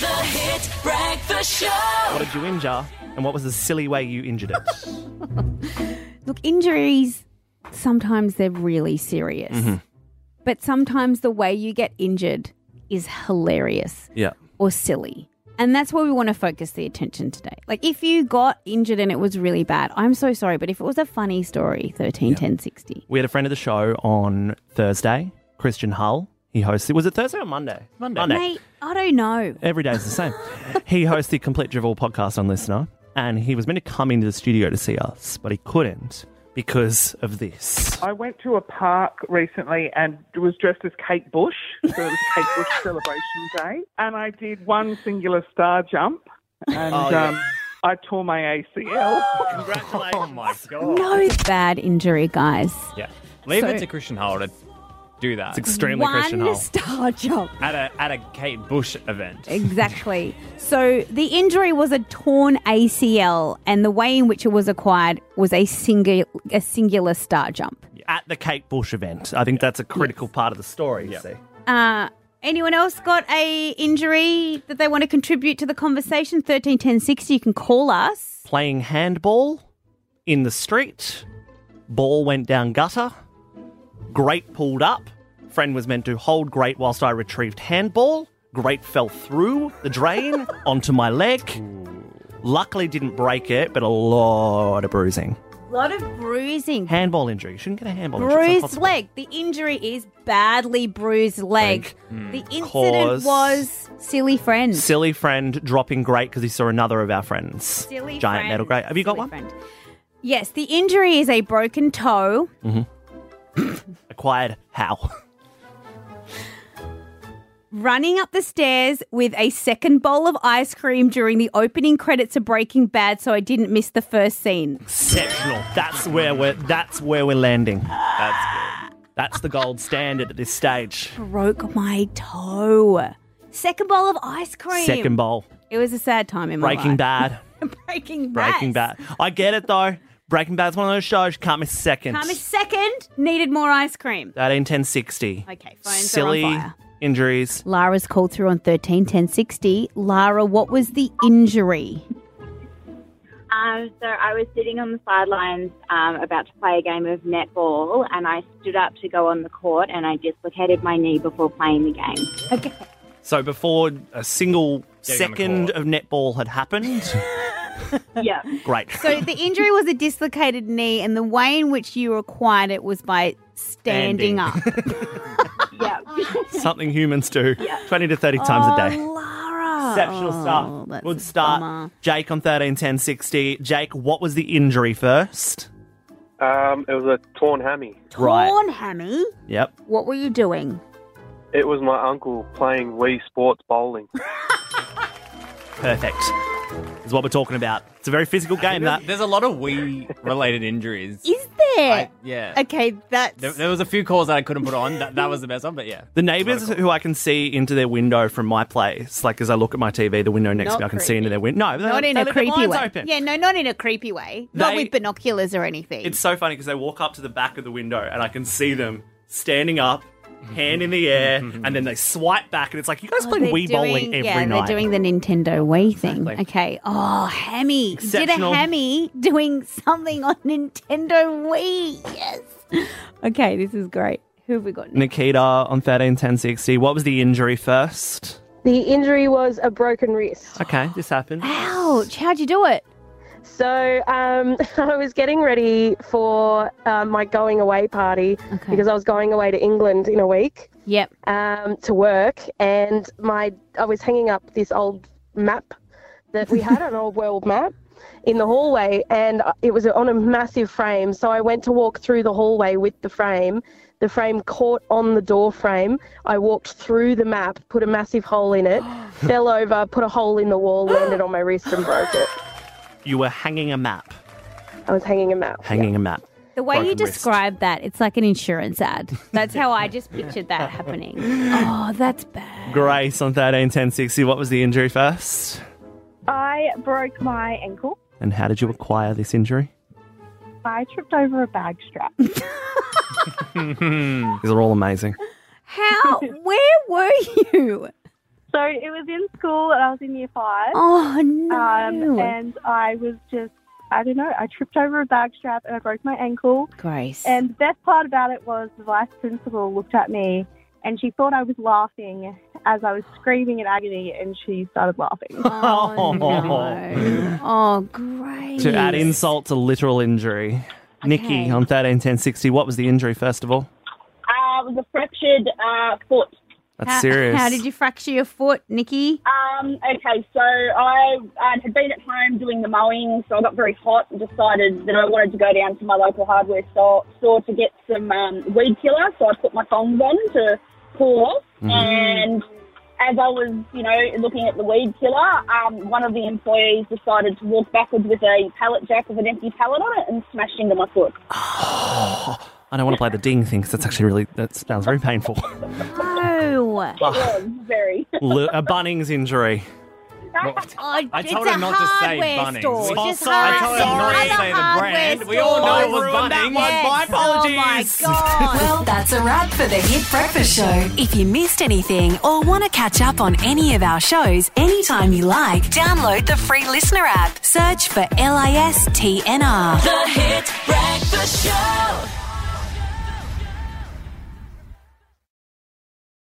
The Hit Breakfast Show. What did you injure? And what was the silly way you injured it? Look, injuries, sometimes they're really serious. Mm-hmm. But sometimes the way you get injured is hilarious yeah. or silly. And that's where we want to focus the attention today. Like, if you got injured and it was really bad, I'm so sorry. But if it was a funny story, 13, 10, 60. We had a friend of the show on Thursday, Christian Hull. He hosted, was it Thursday or Monday? Monday. Mate, I don't know. Every day is the same. he hosts the Complete Drivel podcast on Listener, and he was meant to come into the studio to see us, but he couldn't because of this. I went to a park recently and was dressed as Kate Bush. So it was Kate Bush Celebration Day. And I did one singular star jump and Oh, yeah. um, I tore my ACL. Congratulations. Oh my God. No bad injury, guys. Yeah. Leave So- it to Christian Hull to do that It's extremely One Christian Hull. star jump. at a at a Kate Bush event. Exactly. So the injury was a torn ACL, and the way in which it was acquired was a single a singular star jump. At the Kate Bush event. I think that's a critical part of the story, you see. Uh, anyone else got a injury that they want to contribute to the conversation? Thirteen ten sixty. You can call us. Playing handball in the street, ball went down gutter, grate pulled up. Friend was meant to hold grate whilst I retrieved handball. Grate fell through the drain onto my leg. Luckily, didn't break it, but a lot of bruising. A lot of bruising. Handball injury. You shouldn't get a handball injury. It's Bruised not possible. leg. The injury is badly bruised leg. The incident Hmm. Cause- was silly friend. Silly friend dropping grate because he saw another of our friends. Silly Giant friend. metal grate. Have you got one? Silly friend. Yes, the injury is a broken toe. Acquired how? running up the stairs with a second bowl of ice cream during the opening credits of Breaking Bad, so I didn't miss the first scene. Exceptional. That's where we're. That's where we're landing. That's good. That's the gold standard at this stage. Broke my toe. Second bowl of ice cream. Second bowl. It was a sad time in Breaking my Bad. life. Breaking Bad. Breaking Bad. I get it though. Breaking Bad's one of those shows you can't miss seconds. Come a second. Needed more ice cream. 13 10 60. Okay, phones are on Silly fire. injuries. Lara's called through on thirteen ten sixty. Lara, what was the injury? Um, so I was sitting on the sidelines um, about to play a game of netball, and I stood up to go on the court, and I dislocated my knee before playing the game. Okay. So before a single Getting on the second court. of netball had happened, yeah, great. So the injury was a dislocated knee, and the way in which you acquired it was by Standing. standing up. yeah. Something humans do 20 to 30 times a day. Oh, Lara. Exceptional oh, stuff. that's Good a start. bummer. Jake on 13 10 60. Jake, what was the injury first? Um, it was a torn hammy. Right. Torn hammy. Yep. What were you doing? It was my uncle playing Wii Sports bowling. Perfect. Is what we're talking about. It's a very physical game, that. There's a lot of we related injuries. Is there? I- yeah. okay, that's there, there was a few calls that I couldn't put on. That, that was the best one, but yeah. The neighbours who I can see into their window from my place, like as I look at my TV, the window next to Not me, I can see creepy. into their window. No, they, not in they leave a their creepy blinds way. Open. Yeah, no, not in a creepy way. not They- with binoculars or anything. It's so funny because they walk up to the back of the window and I can see them standing up, hand in the air, and then they swipe back, and it's like you guys Oh, play they're Wii bowling doing- every yeah, night. they're doing the Nintendo Wii thing. Exactly. Okay. Oh, Hammy. You Did a Exceptional. Hammy doing something on Nintendo Wii. Yes. Okay, this is great. Who have we got? next? Nikita on thirteen ten sixty. What was the injury first? The injury was a broken wrist. Okay, this happened. Ouch. How'd you do it? So um, I was getting ready for um, my going away party Okay. because I was going away to England in a week Yep. um, to work, and my I was hanging up this old map that we had an old world map in the hallway, and it was on a massive frame. So I went to walk through the hallway with the frame. The frame caught on the door frame. I walked through the map, put a massive hole in it, fell over, put a hole in the wall, landed on my wrist, and broke it. You were hanging a map. I was hanging him out. Hanging a map. The way you Broken wrist. describe that, it's like an insurance ad. That's how I just pictured that happening. Oh, that's bad. Grace on thirteen ten sixty. What was the injury first? I broke my ankle. And how did you acquire this injury? I tripped over a bag strap. These are all amazing. How? Where were you? So it was in school and I was in year five. Oh no! Um, and I was just, I don't know, I tripped over a bag strap and I broke my ankle. Grace. And the best part about it was the vice principal looked at me and she thought I was laughing as I was screaming in agony and she started laughing. Uh, oh, no. oh, Grace. To add insult to literal injury. Nikki Okay. on 131060, what was the injury first of all? Uh, was a fractured uh, foot. That's serious. How did you fracture your foot, Nikki? Um, okay, so I uh, had been at home doing the mowing, so I got very hot and decided that I wanted to go down to my local hardware store, store to get some um, weed killer. So I put my thongs on to cool off, and as I was, you know, looking at the weed killer, um, one of the employees decided to walk backwards with a pallet jack with an empty pallet on it and smashed into my foot. I don't want to play the ding thing because that's actually really, that sounds very painful. Oh, It was very. L- a Bunnings injury. oh I told it's her a not to say hardware Bunnings. Store. Oh, Just sorry, I told her not hardware- to say other the brand. hardware We all know it stores. was ruined that one. Bunnings. My apologies. Oh my god. Well, that's a wrap for the Hit Breakfast Show. If you missed anything or want to catch up on any of our shows anytime you like, download the free listener app. Search for L I S T N R. The Hit Breakfast Show.